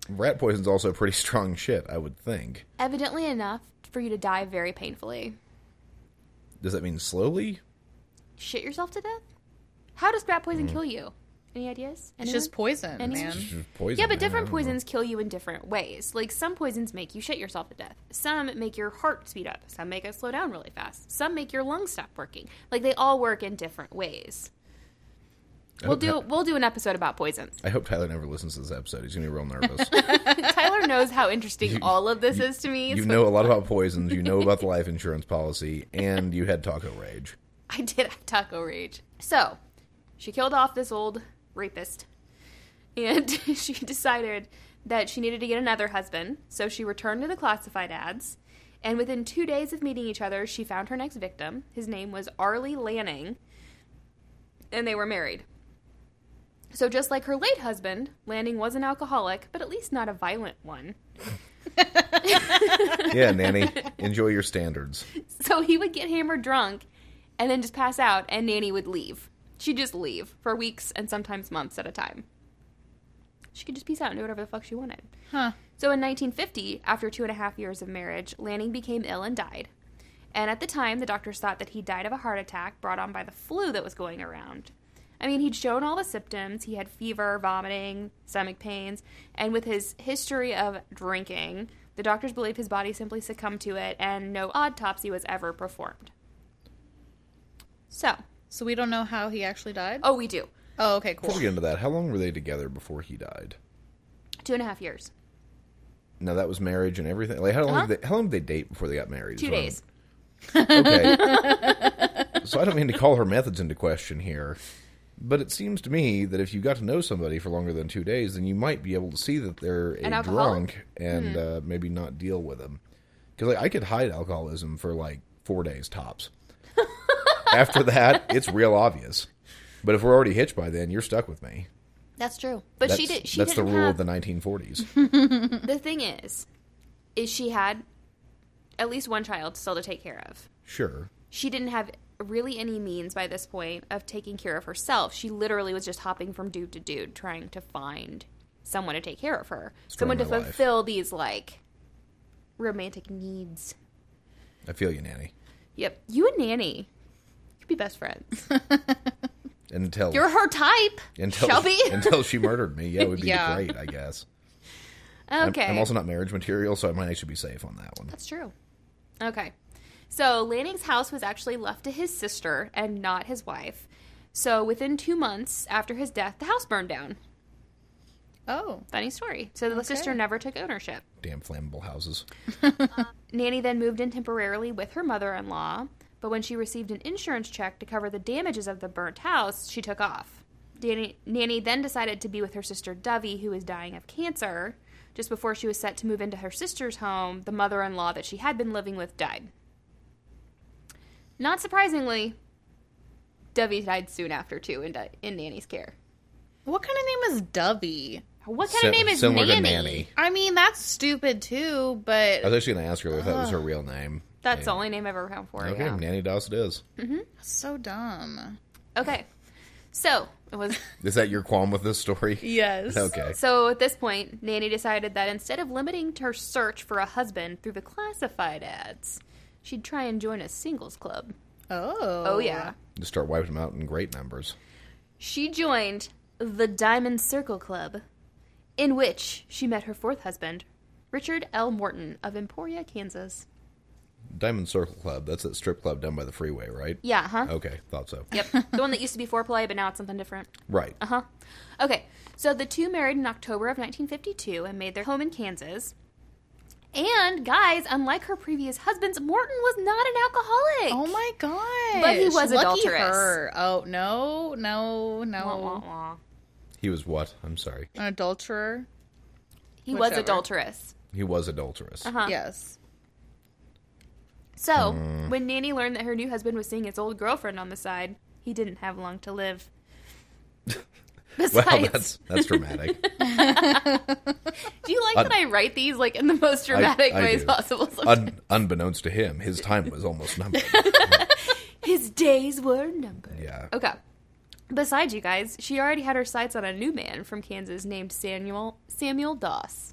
[SPEAKER 4] rat poison's also pretty strong shit. I would think.
[SPEAKER 2] evidently enough for you to die very painfully.
[SPEAKER 4] Does that mean slowly?
[SPEAKER 2] Shit yourself to death. How does rat
[SPEAKER 4] Mm.
[SPEAKER 2] poison kill you? Any ideas?
[SPEAKER 3] It's
[SPEAKER 2] Anyone?
[SPEAKER 3] just poison,
[SPEAKER 2] Anyone?
[SPEAKER 3] man.
[SPEAKER 4] It's just poison,
[SPEAKER 2] Yeah,
[SPEAKER 4] man.
[SPEAKER 2] but different
[SPEAKER 4] I don't know.
[SPEAKER 2] poisons kill you in different ways. Like some poisons make you shit yourself to death. Some make your heart speed up. Some make it slow down really fast. Some make your lungs stop working. Like they all work in different ways.
[SPEAKER 4] I
[SPEAKER 2] We'll
[SPEAKER 4] hope
[SPEAKER 2] do
[SPEAKER 4] Ty-
[SPEAKER 2] we'll do an episode about poisons.
[SPEAKER 4] I hope Tyler never listens to this episode. He's gonna be real nervous.
[SPEAKER 2] Tyler knows how interesting
[SPEAKER 4] You-
[SPEAKER 2] all of this
[SPEAKER 4] you-
[SPEAKER 2] is to me.
[SPEAKER 4] you
[SPEAKER 2] so
[SPEAKER 4] know a lot about poisons. You know about the life insurance policy, and you had taco rage.
[SPEAKER 2] I did have taco rage. So, she killed off this old rapist. And she decided that she needed to get another husband. So she returned to the classified ads. And within two days of meeting each other, she found her next victim. His name was Arlie Lanning. And they were married. So, just like her late husband, Lanning was an alcoholic, but at least not a violent one.
[SPEAKER 4] Yeah, nanny, enjoy your standards.
[SPEAKER 2] So he would get hammered drunk and then just pass out, and Nanny would leave. She'd just leave for weeks and sometimes months at a time. She could just peace out and do whatever the fuck she wanted.
[SPEAKER 3] Huh.
[SPEAKER 2] So in 1950, after two and a half years of marriage, Lanning became ill and died. And at the time, the doctors thought that he died of a heart attack brought on by the flu that was going around. I mean, he'd shown all the symptoms. He had fever, vomiting, stomach pains, and with his history of drinking, the doctors believed his body simply succumbed to it and no autopsy was ever performed. So,
[SPEAKER 3] So we don't know how he actually died.
[SPEAKER 2] oh, we do.
[SPEAKER 3] Oh, okay, cool.
[SPEAKER 4] Before we get into that, how long were they together before he died?
[SPEAKER 2] Two and a half years.
[SPEAKER 4] Now that was marriage and everything. Like how long?
[SPEAKER 2] Uh-huh.
[SPEAKER 4] Did they, how long did they date before they got married? is
[SPEAKER 2] Two
[SPEAKER 4] what I'm-
[SPEAKER 2] days.
[SPEAKER 4] Okay. so I don't mean to call her methods into question here, but it seems to me that if you got to know somebody for longer than two days, then you might be able to see that they're
[SPEAKER 2] An
[SPEAKER 4] a
[SPEAKER 2] alcoholic? Mm-hmm.
[SPEAKER 4] drunk and uh, maybe not deal with them. Because like I could hide alcoholism for like four days tops. After that, it's real obvious. But if we're already hitched by then, you're stuck with me.
[SPEAKER 2] That's true. But
[SPEAKER 4] That's,
[SPEAKER 2] she did. She
[SPEAKER 4] that's the
[SPEAKER 2] didn't
[SPEAKER 4] rule
[SPEAKER 2] have,
[SPEAKER 4] of the 1940s.
[SPEAKER 2] the thing is, is she had at least one child still to take care of.
[SPEAKER 4] sure.
[SPEAKER 2] She didn't have really any means by this point of taking care of herself. She literally was just hopping from dude to dude trying to find someone to take care of her, someone to
[SPEAKER 4] my life.
[SPEAKER 2] fulfill these like romantic needs.
[SPEAKER 4] I feel you, Nanny.
[SPEAKER 2] Yep, you and Nanny could be best friends.
[SPEAKER 4] Until
[SPEAKER 2] You're her type,
[SPEAKER 4] until
[SPEAKER 2] Shelby.
[SPEAKER 4] until she murdered me. Yeah, it would be
[SPEAKER 3] Yeah.
[SPEAKER 4] great, I guess. I'm-
[SPEAKER 2] okay,
[SPEAKER 4] I'm, also not marriage material, so I might actually be safe on that one.
[SPEAKER 2] That's true. Okay. So Lanning's house was actually left to his sister and not his wife. So within two months after his death, the house burned down.
[SPEAKER 3] Oh,
[SPEAKER 2] Funny story. So the sister never took ownership.
[SPEAKER 4] Damn flammable houses.
[SPEAKER 2] Nanny then moved in temporarily with her mother in law, but when she received an insurance check to cover the damages of the burnt house, she took off. Danny, Nanny then decided to be with her sister Dovey, who was dying of cancer. Just before she was set to move into her sister's home, the mother in law that she had been living with died. Not surprisingly, Dovey died soon after, too, in, Di- in Nanny's care.
[SPEAKER 3] what kind of name is Dovey?
[SPEAKER 2] What kind
[SPEAKER 4] Si-
[SPEAKER 2] of name is
[SPEAKER 4] similar
[SPEAKER 2] Nanny?
[SPEAKER 4] to Nanny.
[SPEAKER 3] I mean, that's stupid too,
[SPEAKER 4] I was
[SPEAKER 3] but
[SPEAKER 4] actually going to ask her if that was her real name.
[SPEAKER 2] That's the
[SPEAKER 4] And-
[SPEAKER 2] only name I've ever found for her.
[SPEAKER 4] Okay,
[SPEAKER 2] Oh, yeah.
[SPEAKER 4] Nanny Doss it is.
[SPEAKER 3] so dumb.
[SPEAKER 2] Okay. So, it was.
[SPEAKER 4] Is that your qualm with this story?
[SPEAKER 3] Yes.
[SPEAKER 4] Okay.
[SPEAKER 2] So at this point, Nanny decided that instead of limiting her search for a husband through the classified ads, she'd try and join a singles club.
[SPEAKER 3] Oh.
[SPEAKER 2] Oh, yeah.
[SPEAKER 4] Just start wiping them out in great numbers.
[SPEAKER 2] She joined the Diamond Circle Club, in which she met her fourth husband, Richard L. Morton of Emporia, Kansas.
[SPEAKER 4] Diamond Circle Club. That's that strip club down by the freeway, right?
[SPEAKER 2] Yeah, huh?
[SPEAKER 4] Okay, thought so.
[SPEAKER 2] Yep. the one that used to be foreplay, but now it's something different.
[SPEAKER 4] Right.
[SPEAKER 2] Uh huh. Okay, so the two married in October of 1952 and made their home in Kansas. And guys, unlike her previous husbands, Morton was not an alcoholic.
[SPEAKER 3] Oh my god.
[SPEAKER 2] But he was
[SPEAKER 3] Lucky
[SPEAKER 2] adulterous.
[SPEAKER 3] Her. Oh no, no, no.
[SPEAKER 2] Wah, wah, wah.
[SPEAKER 4] He He was what? I'm sorry.
[SPEAKER 3] An adulterer.
[SPEAKER 2] He was
[SPEAKER 3] Whichever.
[SPEAKER 2] adulterous.
[SPEAKER 4] He was adulterous.
[SPEAKER 2] Uh-huh.
[SPEAKER 3] Yes.
[SPEAKER 2] So,
[SPEAKER 4] Hmm.
[SPEAKER 2] when Nanny learned that her new husband was seeing his old girlfriend on the side, he didn't have long to live. Besides,
[SPEAKER 4] Wow, that's that's dramatic.
[SPEAKER 2] do you like that I write these like in the most dramatic
[SPEAKER 4] I
[SPEAKER 2] ways
[SPEAKER 4] do.
[SPEAKER 2] possible? Sometimes?
[SPEAKER 4] Un- unbeknownst to him, his time was almost numbered.
[SPEAKER 2] His days were numbered.
[SPEAKER 4] Yeah.
[SPEAKER 2] Okay. Besides you guys, she already had her sights on a new man from Kansas named Samuel Samuel Doss.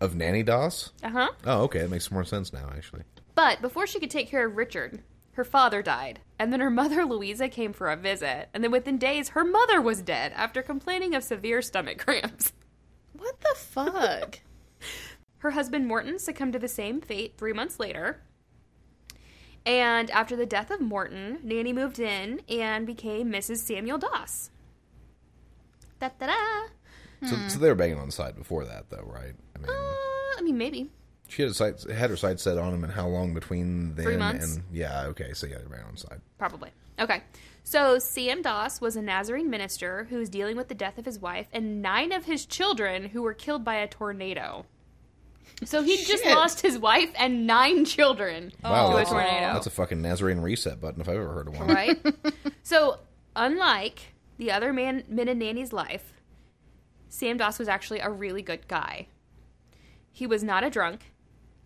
[SPEAKER 4] Of Nanny Doss?
[SPEAKER 2] Uh huh.
[SPEAKER 4] Oh, okay. That makes more sense now, actually.
[SPEAKER 2] But before she could take care of Richard, her father died, and then her mother Louisa came for a visit, and then within days her mother was dead after complaining of severe stomach cramps.
[SPEAKER 3] What the fuck?
[SPEAKER 2] Her husband Morton succumbed to the same fate three months later. And after the death of Morton, Nanny moved in and became Mrs. Samuel Doss. Da da da.
[SPEAKER 4] So,
[SPEAKER 2] Hmm.
[SPEAKER 4] so they were banging on the side before that, though, right? I mean,
[SPEAKER 2] Uh, I mean, maybe.
[SPEAKER 4] she had, a sight, had her sights set on him, and how long between then
[SPEAKER 2] Three months.
[SPEAKER 4] and yeah, okay, so yeah, they banged on the side.
[SPEAKER 2] Probably. Okay. So Sam Doss was a Nazarene minister who was dealing with the death of his wife and nine of his children who were killed by a tornado. So he just
[SPEAKER 3] Shit.
[SPEAKER 2] lost his wife and nine children to a
[SPEAKER 4] that's,
[SPEAKER 2] Oh, tornado.
[SPEAKER 4] that's a fucking Nazarene reset button if I've ever heard of one.
[SPEAKER 2] right? so, unlike the other man men in Nanny's life, Sam Doss was actually a really good guy. He was not a drunk,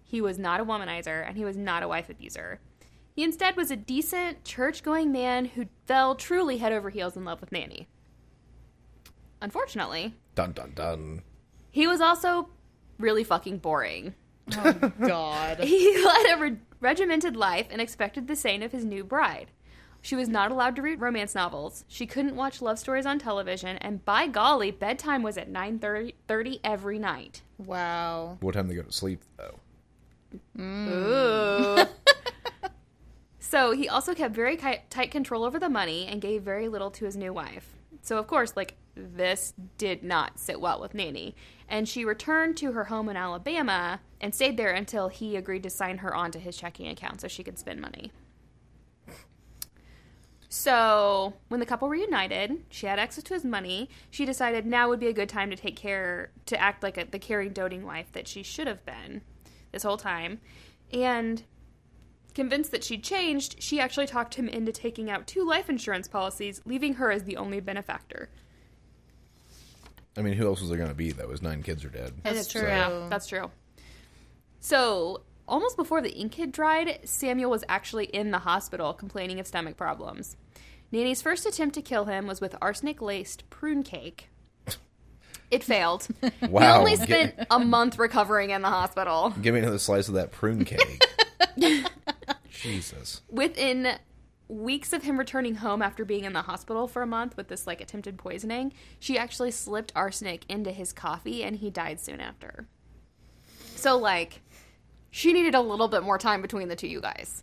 [SPEAKER 2] he was not a womanizer, and he was not a wife abuser. He instead was a decent, church going man who fell truly head over heels in love with Nanny. Unfortunately,
[SPEAKER 4] Dun dun dun.
[SPEAKER 2] he was also really fucking boring.
[SPEAKER 3] God.
[SPEAKER 2] He led a re- regimented life and expected the same of his new bride. She was not allowed to read romance novels. She couldn't watch love stories on television, and by golly, bedtime was at 9:30 30 every night.
[SPEAKER 3] Wow.
[SPEAKER 4] What time they go to sleep though?
[SPEAKER 2] Ooh. so he also kept very ki- tight control over the money and gave very little to his new wife. So of course, like this did not sit well with Nanny, and she returned to her home in Alabama and stayed there until he agreed to sign her onto his checking account so she could spend money. So when the couple reunited, she had access to his money. She decided now would be a good time to take care to act like a, the caring, doting wife that she should have been this whole time, and convinced that she'd changed, she actually talked him into taking out two life insurance policies, leaving her as the only benefactor.
[SPEAKER 4] I mean, who else was there going to be though? His nine kids are dead.
[SPEAKER 3] That's true.
[SPEAKER 2] Yeah, that's true. So, almost before the ink had dried, Samuel was actually in the hospital complaining of stomach problems. Nanny's first attempt to kill him was with arsenic laced prune cake. It failed. He
[SPEAKER 4] Wow.
[SPEAKER 2] only
[SPEAKER 4] gi-
[SPEAKER 2] spent a month recovering in the hospital.
[SPEAKER 4] give me another slice of that prune cake. Jesus.
[SPEAKER 2] within weeks of him returning home after being in the hospital for a month with this like attempted poisoning, she actually slipped arsenic into his coffee and he died soon after. So like she needed a little bit more time between the two you guys.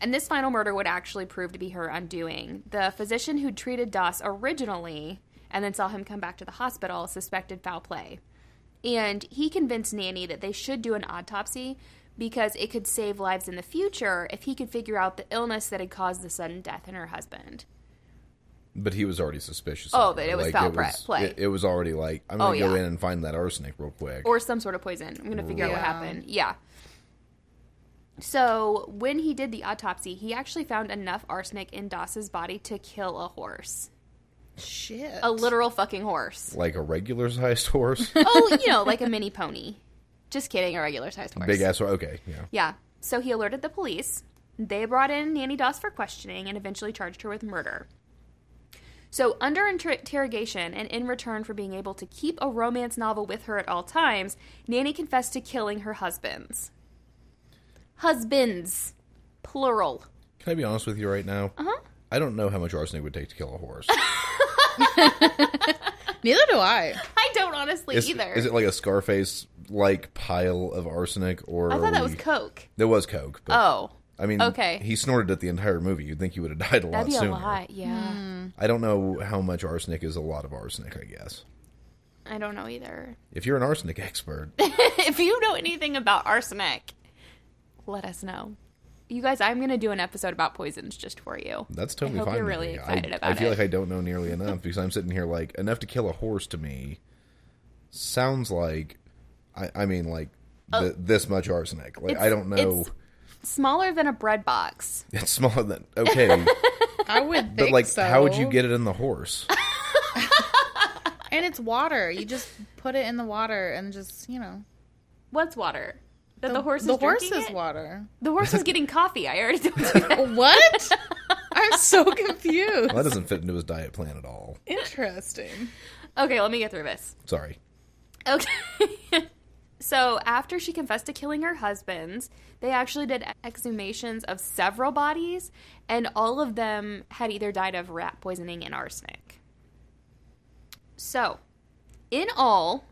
[SPEAKER 2] And this final murder would actually prove to be her undoing. The physician who treated Das originally and then saw him come back to the hospital suspected foul play. And he convinced Nanny that they should do an autopsy because it could save lives in the future if he could figure out the illness that had caused the sudden death in her husband.
[SPEAKER 4] But he was already suspicious.
[SPEAKER 2] Oh,
[SPEAKER 4] of her.
[SPEAKER 2] but it was foul
[SPEAKER 4] it was,
[SPEAKER 2] play.
[SPEAKER 4] It, it was already like I'm
[SPEAKER 2] Oh,
[SPEAKER 4] gonna go
[SPEAKER 2] yeah.
[SPEAKER 4] in and find that arsenic real quick.
[SPEAKER 2] Or some sort of poison. I'm going to figure out what
[SPEAKER 3] Yeah.
[SPEAKER 2] happened. Yeah. So when he did the autopsy, he actually found enough arsenic in Doss's body to kill a horse.
[SPEAKER 3] Shit.
[SPEAKER 2] A literal fucking horse.
[SPEAKER 4] like a regular sized horse,
[SPEAKER 2] oh, you know, like a mini pony. Just kidding, a regular sized horse.
[SPEAKER 4] big ass. horse. Okay, yeah.
[SPEAKER 2] Yeah. So he alerted the police. They brought in Nanny Doss for questioning and eventually charged her with murder. So, under inter- interrogation and in return for being able to keep a romance novel with her at all times, Nanny confessed to killing her husbands. Husbands. Plural.
[SPEAKER 4] Can I be honest with you right now?
[SPEAKER 2] Uh huh.
[SPEAKER 4] I don't know how much arsenic would take to kill a horse.
[SPEAKER 3] Neither do I.
[SPEAKER 2] I don't honestly
[SPEAKER 4] Is,
[SPEAKER 2] either.
[SPEAKER 4] is it like a Scarface like pile of arsenic, or
[SPEAKER 2] I
[SPEAKER 4] are
[SPEAKER 2] thought that was
[SPEAKER 4] we-
[SPEAKER 2] Coke.
[SPEAKER 4] There was coke. But,
[SPEAKER 2] Oh.
[SPEAKER 4] I mean,
[SPEAKER 2] okay.
[SPEAKER 4] He snorted it the entire movie. You'd think he would have died a lot
[SPEAKER 2] That'd be a
[SPEAKER 4] sooner.
[SPEAKER 2] lot, yeah.
[SPEAKER 4] I don't know how much arsenic is a lot of arsenic. I guess
[SPEAKER 2] I don't know either.
[SPEAKER 4] if you're an arsenic expert,
[SPEAKER 2] if you know anything about arsenic, let us know. You guys, I'm gonna do an episode about poisons just for you.
[SPEAKER 4] That's totally
[SPEAKER 2] hope
[SPEAKER 4] fine.
[SPEAKER 2] you're
[SPEAKER 4] with
[SPEAKER 2] really
[SPEAKER 4] me.
[SPEAKER 2] excited
[SPEAKER 4] I,
[SPEAKER 2] about
[SPEAKER 4] I feel
[SPEAKER 2] it.
[SPEAKER 4] like I don't know nearly enough because I'm sitting here like enough to kill a horse to me sounds like I, I mean like th- this much arsenic. Like I
[SPEAKER 2] Oh. It's-
[SPEAKER 4] don't know.
[SPEAKER 2] Smaller than a bread box.
[SPEAKER 4] It's, smaller than okay,
[SPEAKER 3] I would think
[SPEAKER 4] but like
[SPEAKER 3] so.
[SPEAKER 4] how would you get it in the horse?
[SPEAKER 3] And it's water. You just put it in the water and just, you know.
[SPEAKER 2] What's water? That the, horse is
[SPEAKER 3] The horse
[SPEAKER 2] drinking
[SPEAKER 3] is
[SPEAKER 2] it?
[SPEAKER 3] water.
[SPEAKER 2] The horse is getting coffee. I already told you that.
[SPEAKER 3] What? I'm so confused.
[SPEAKER 4] Well, that doesn't fit into his diet plan at all.
[SPEAKER 3] Interesting.
[SPEAKER 2] Okay, let me get through this.
[SPEAKER 4] Sorry.
[SPEAKER 2] Okay. so after she confessed to killing her husbands, they actually did exhumations of several bodies, and all of them had either died of rat poisoning and arsenic. So, in all,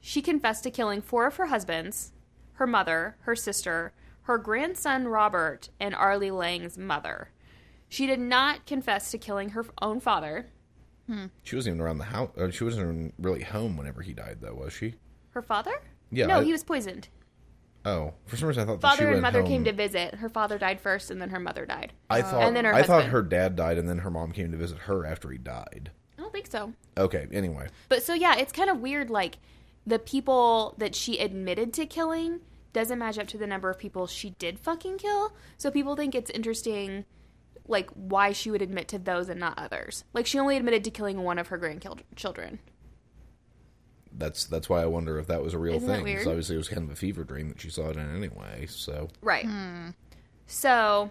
[SPEAKER 2] she confessed to killing four of her husbands, her mother, her sister, her grandson Robert, and Arlie Lang's mother. She did not confess to killing her own father,
[SPEAKER 4] She wasn't even around the house. Or she wasn't even really home whenever he died, though, was she?
[SPEAKER 2] her father.
[SPEAKER 4] Yeah,
[SPEAKER 2] No,
[SPEAKER 4] I-
[SPEAKER 2] he was poisoned.
[SPEAKER 4] Oh, for some reason I thought that she
[SPEAKER 2] father and
[SPEAKER 4] went
[SPEAKER 2] mother
[SPEAKER 4] home.
[SPEAKER 2] came to visit. Her father died first, and then her mother died.
[SPEAKER 4] I thought.
[SPEAKER 2] and then her
[SPEAKER 4] I thought
[SPEAKER 2] husband.
[SPEAKER 4] her dad died, and then her mom came to visit her after he died.
[SPEAKER 2] I don't think so.
[SPEAKER 4] Okay. Anyway,
[SPEAKER 2] But so yeah, it's kind of weird. Like the people that she admitted to killing doesn't match up to the number of people she did fucking kill. So people think it's interesting, like why she would admit to those and not others. Like she only admitted to killing one of her grandchildren.
[SPEAKER 4] that's that's why I wonder if that was a real
[SPEAKER 2] Isn't that
[SPEAKER 4] thing. 'cause
[SPEAKER 2] weird?
[SPEAKER 4] obviously, it was kind of a fever dream that she saw it in anyway. So
[SPEAKER 2] Right. So,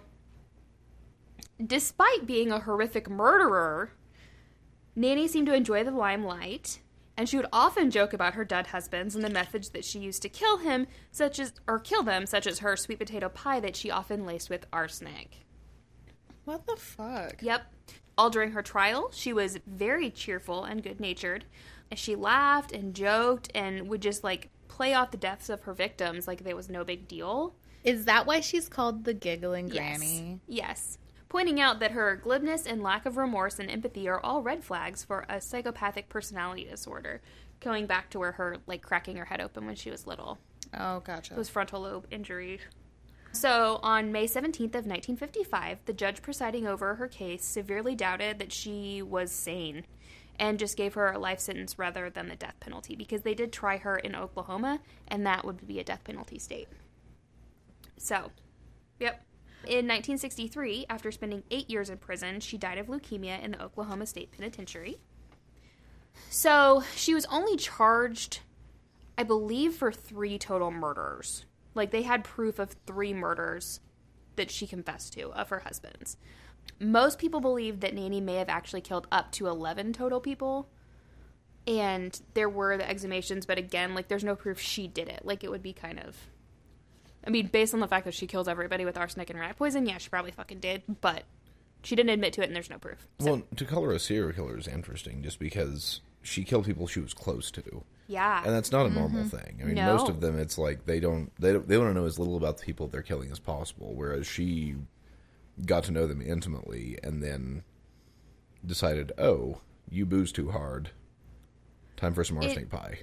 [SPEAKER 2] despite being a horrific murderer, Nanny seemed to enjoy the limelight, and she would often joke about her dead husbands and the methods that she used to kill him, such as or kill them, such as her sweet potato pie that she often laced with arsenic.
[SPEAKER 3] What the fuck?
[SPEAKER 2] Yep. All during her trial, she was very cheerful and good natured. She laughed and joked and would just like play off the deaths of her victims like there was no big deal.
[SPEAKER 3] Is that why she's called the giggling
[SPEAKER 2] Yes.
[SPEAKER 3] granny?
[SPEAKER 2] Yes. Pointing out that her glibness and lack of remorse and empathy are all red flags for a psychopathic personality disorder, going back to where her like cracking her head open when she was little.
[SPEAKER 3] Oh, gotcha.
[SPEAKER 2] It was frontal lobe injury. So on May 17th of 1955, the judge presiding over her case severely doubted that she was sane and just gave her a life sentence rather than the death penalty because they did try her in Oklahoma and that would be a death penalty state. So, yep. In 1963, after spending eight years in prison, she died of leukemia in the Oklahoma State Penitentiary. So she was only charged, I believe, for three total murders. Like they had proof of three murders that she confessed to of her husband's. Most people believe that Nanny may have actually killed up to 11 total people. And there were the exhumations, but again, like there's no proof she did it. Like it would be kind of. I mean, based on the fact that she killed everybody with arsenic and rat poison, yeah, she probably fucking did, but she didn't admit to it and there's no proof.
[SPEAKER 4] well, to call her a serial killer is interesting, just because she killed people she was close to.
[SPEAKER 2] Yeah.
[SPEAKER 4] And that's not a normal thing. I mean,
[SPEAKER 2] Mm-hmm. No.
[SPEAKER 4] most of them, it's like they don't they don't, they want to know as little about the people they're killing as possible. Whereas she got to know them intimately and then decided, oh, you booze too hard. Time for some arsenic pie.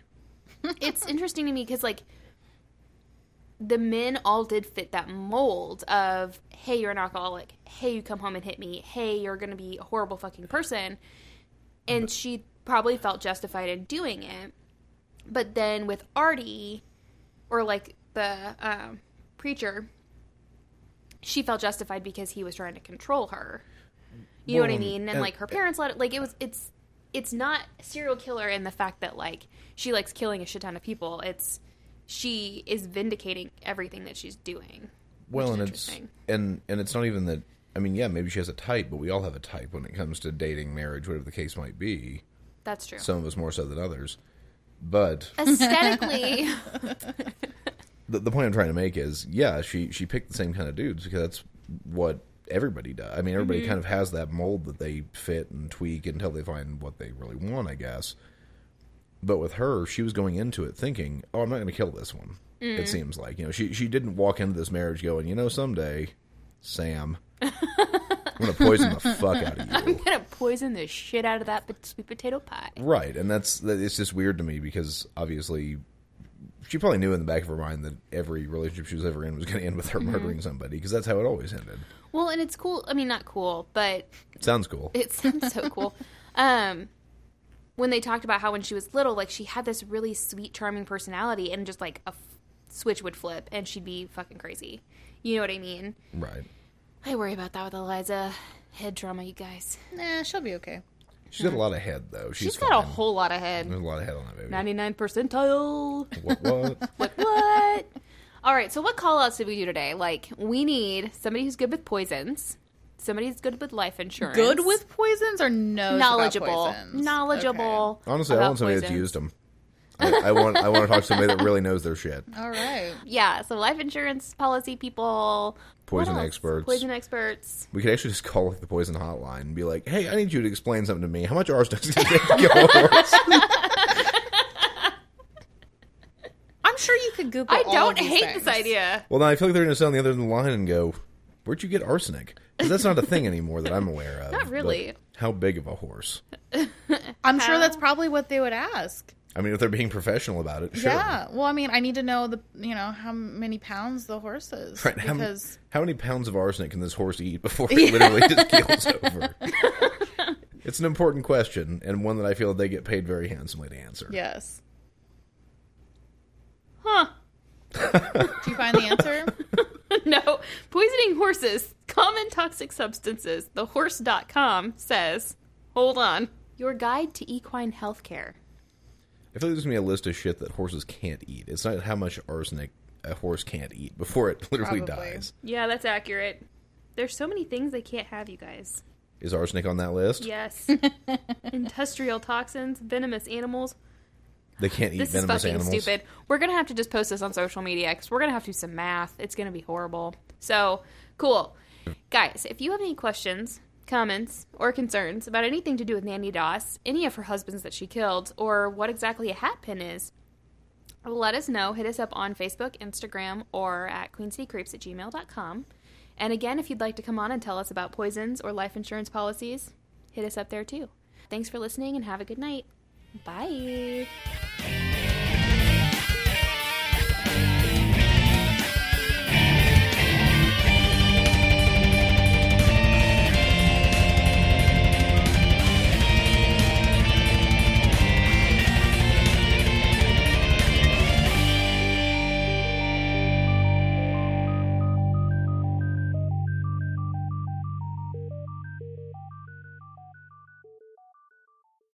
[SPEAKER 2] it's interesting to me because like the men all did fit that mold of hey you're an alcoholic hey you come home and hit me hey you're gonna be a horrible fucking person and she probably felt justified in doing it but then with artie or like the um, preacher she felt justified because he was trying to control her you know what i
[SPEAKER 4] Well,
[SPEAKER 2] mean and
[SPEAKER 4] and-
[SPEAKER 2] like her parents let it like it was it's it's not serial killer in the fact that like she likes killing a shit ton of people it's she is vindicating everything that she's doing
[SPEAKER 4] Well,
[SPEAKER 2] which
[SPEAKER 4] and
[SPEAKER 2] is
[SPEAKER 4] it's
[SPEAKER 2] interesting.
[SPEAKER 4] and and it's not even that. I mean, yeah, maybe she has a type, but we all have a type when it comes to dating, marriage, whatever the case might be.
[SPEAKER 2] that's true
[SPEAKER 4] Some of us more so than others. But
[SPEAKER 2] aesthetically
[SPEAKER 4] the, the point I'm trying to make is, yeah, she she picked the same kind of dudes because that's what everybody does. I mean, everybody kind of has that mold that they fit and tweak until they find what they really want, I guess. But with her, she was going into it thinking, "Oh, I'm not going to kill this one." It seems like you know she she didn't walk into this marriage going, "You know, someday, Sam, I'm going to poison the fuck out of you."
[SPEAKER 2] i'm gonna poison the shit out of that pot- sweet potato pie
[SPEAKER 4] Right, and that's that- it's just weird to me because obviously she probably knew in the back of her mind that every relationship she was ever in was going to end with her
[SPEAKER 2] Mm-hmm.
[SPEAKER 4] murdering somebody because that's how it always ended.
[SPEAKER 2] Well, and it's cool. I mean, not cool, but
[SPEAKER 4] Sounds cool.
[SPEAKER 2] it sounds so cool. Um, when they talked about how when she was little, like she had this really sweet, charming personality, and just like a f- switch would flip, and she'd be fucking crazy. You know what I mean?
[SPEAKER 4] right.
[SPEAKER 2] I worry about that with Eliza. Head trauma, you guys.
[SPEAKER 3] Nah, she'll be okay.
[SPEAKER 4] She's got a lot of head though. She's,
[SPEAKER 2] She's got a
[SPEAKER 4] fine. Mm-hmm.
[SPEAKER 2] whole lot of head.
[SPEAKER 4] There's a lot of head on that baby.
[SPEAKER 2] 99 percentile.
[SPEAKER 4] What? what?
[SPEAKER 2] What? what? All right, so what call outs did we do today? Like, we need somebody who's good with poisons, somebody who's good with life insurance.
[SPEAKER 3] Good with poisons or knows
[SPEAKER 2] knowledgeable.
[SPEAKER 3] about poisons?
[SPEAKER 2] Knowledgeable.
[SPEAKER 4] Honestly, I
[SPEAKER 2] about
[SPEAKER 4] want somebody that's
[SPEAKER 2] poisons.
[SPEAKER 4] used them. I, I want. I want to talk to somebody that really knows their shit.
[SPEAKER 3] Okay. All right.
[SPEAKER 2] Yeah, so life insurance policy people, What
[SPEAKER 4] Poison
[SPEAKER 2] else?
[SPEAKER 4] experts.
[SPEAKER 2] Poison experts.
[SPEAKER 4] We could actually just call like the poison hotline and be like, "Hey, I need you to explain something to me. How much arsenic does it take to kill a horse?"
[SPEAKER 3] I'm sure you could Google.
[SPEAKER 2] I
[SPEAKER 3] all
[SPEAKER 2] don't
[SPEAKER 3] of these
[SPEAKER 2] hate
[SPEAKER 3] things.
[SPEAKER 2] this idea.
[SPEAKER 4] Well, now I feel like they're going to sit on the other end of the line and go, "Where'd you get arsenic?" 'Cause that's not a thing anymore that I'm aware of.
[SPEAKER 2] Not really.
[SPEAKER 4] Like, how big of a horse?
[SPEAKER 3] I'm sure that's probably what they would ask.
[SPEAKER 4] I mean, if they're being professional about it, sure.
[SPEAKER 3] Yeah. Well, I mean, I need to know the you know how many pounds the horse is
[SPEAKER 4] Right, how, m-
[SPEAKER 3] because
[SPEAKER 4] how many pounds of arsenic can this horse eat before it literally just keels over? it's an important question and one that I feel they get paid very handsomely to answer.
[SPEAKER 3] yes.
[SPEAKER 2] Huh.
[SPEAKER 3] Do you find the answer?
[SPEAKER 2] no. Poisoning horses, common toxic substances. Thehorse.com says, hold on. Your guide to equine healthcare.
[SPEAKER 4] I feel like there's going to be a list of shit that horses can't eat. It's not how much arsenic a horse can't eat before it literally
[SPEAKER 3] Probably.
[SPEAKER 4] dies.
[SPEAKER 2] Yeah, that's accurate. There's so many things they can't have, you guys.
[SPEAKER 4] Is arsenic on that list?
[SPEAKER 2] Yes. Industrial toxins, venomous animals.
[SPEAKER 4] They can't eat
[SPEAKER 2] This is
[SPEAKER 4] venomous
[SPEAKER 2] fucking
[SPEAKER 4] animals.
[SPEAKER 2] stupid. We're going to have to just post this on social media because we're going to have to do some math. It's going to be horrible. So, cool. Guys, if you have any questions, comments, or concerns about anything to do with Nanny Doss, any of her husbands that she killed, or what exactly a hat pin is, let us know. Hit us up on Facebook, Instagram, or at queencitycreeps at gmail.com. And again, if you'd like to come on and tell us about poisons or life insurance policies, hit us up there too. Thanks for listening and have a good night. Bye.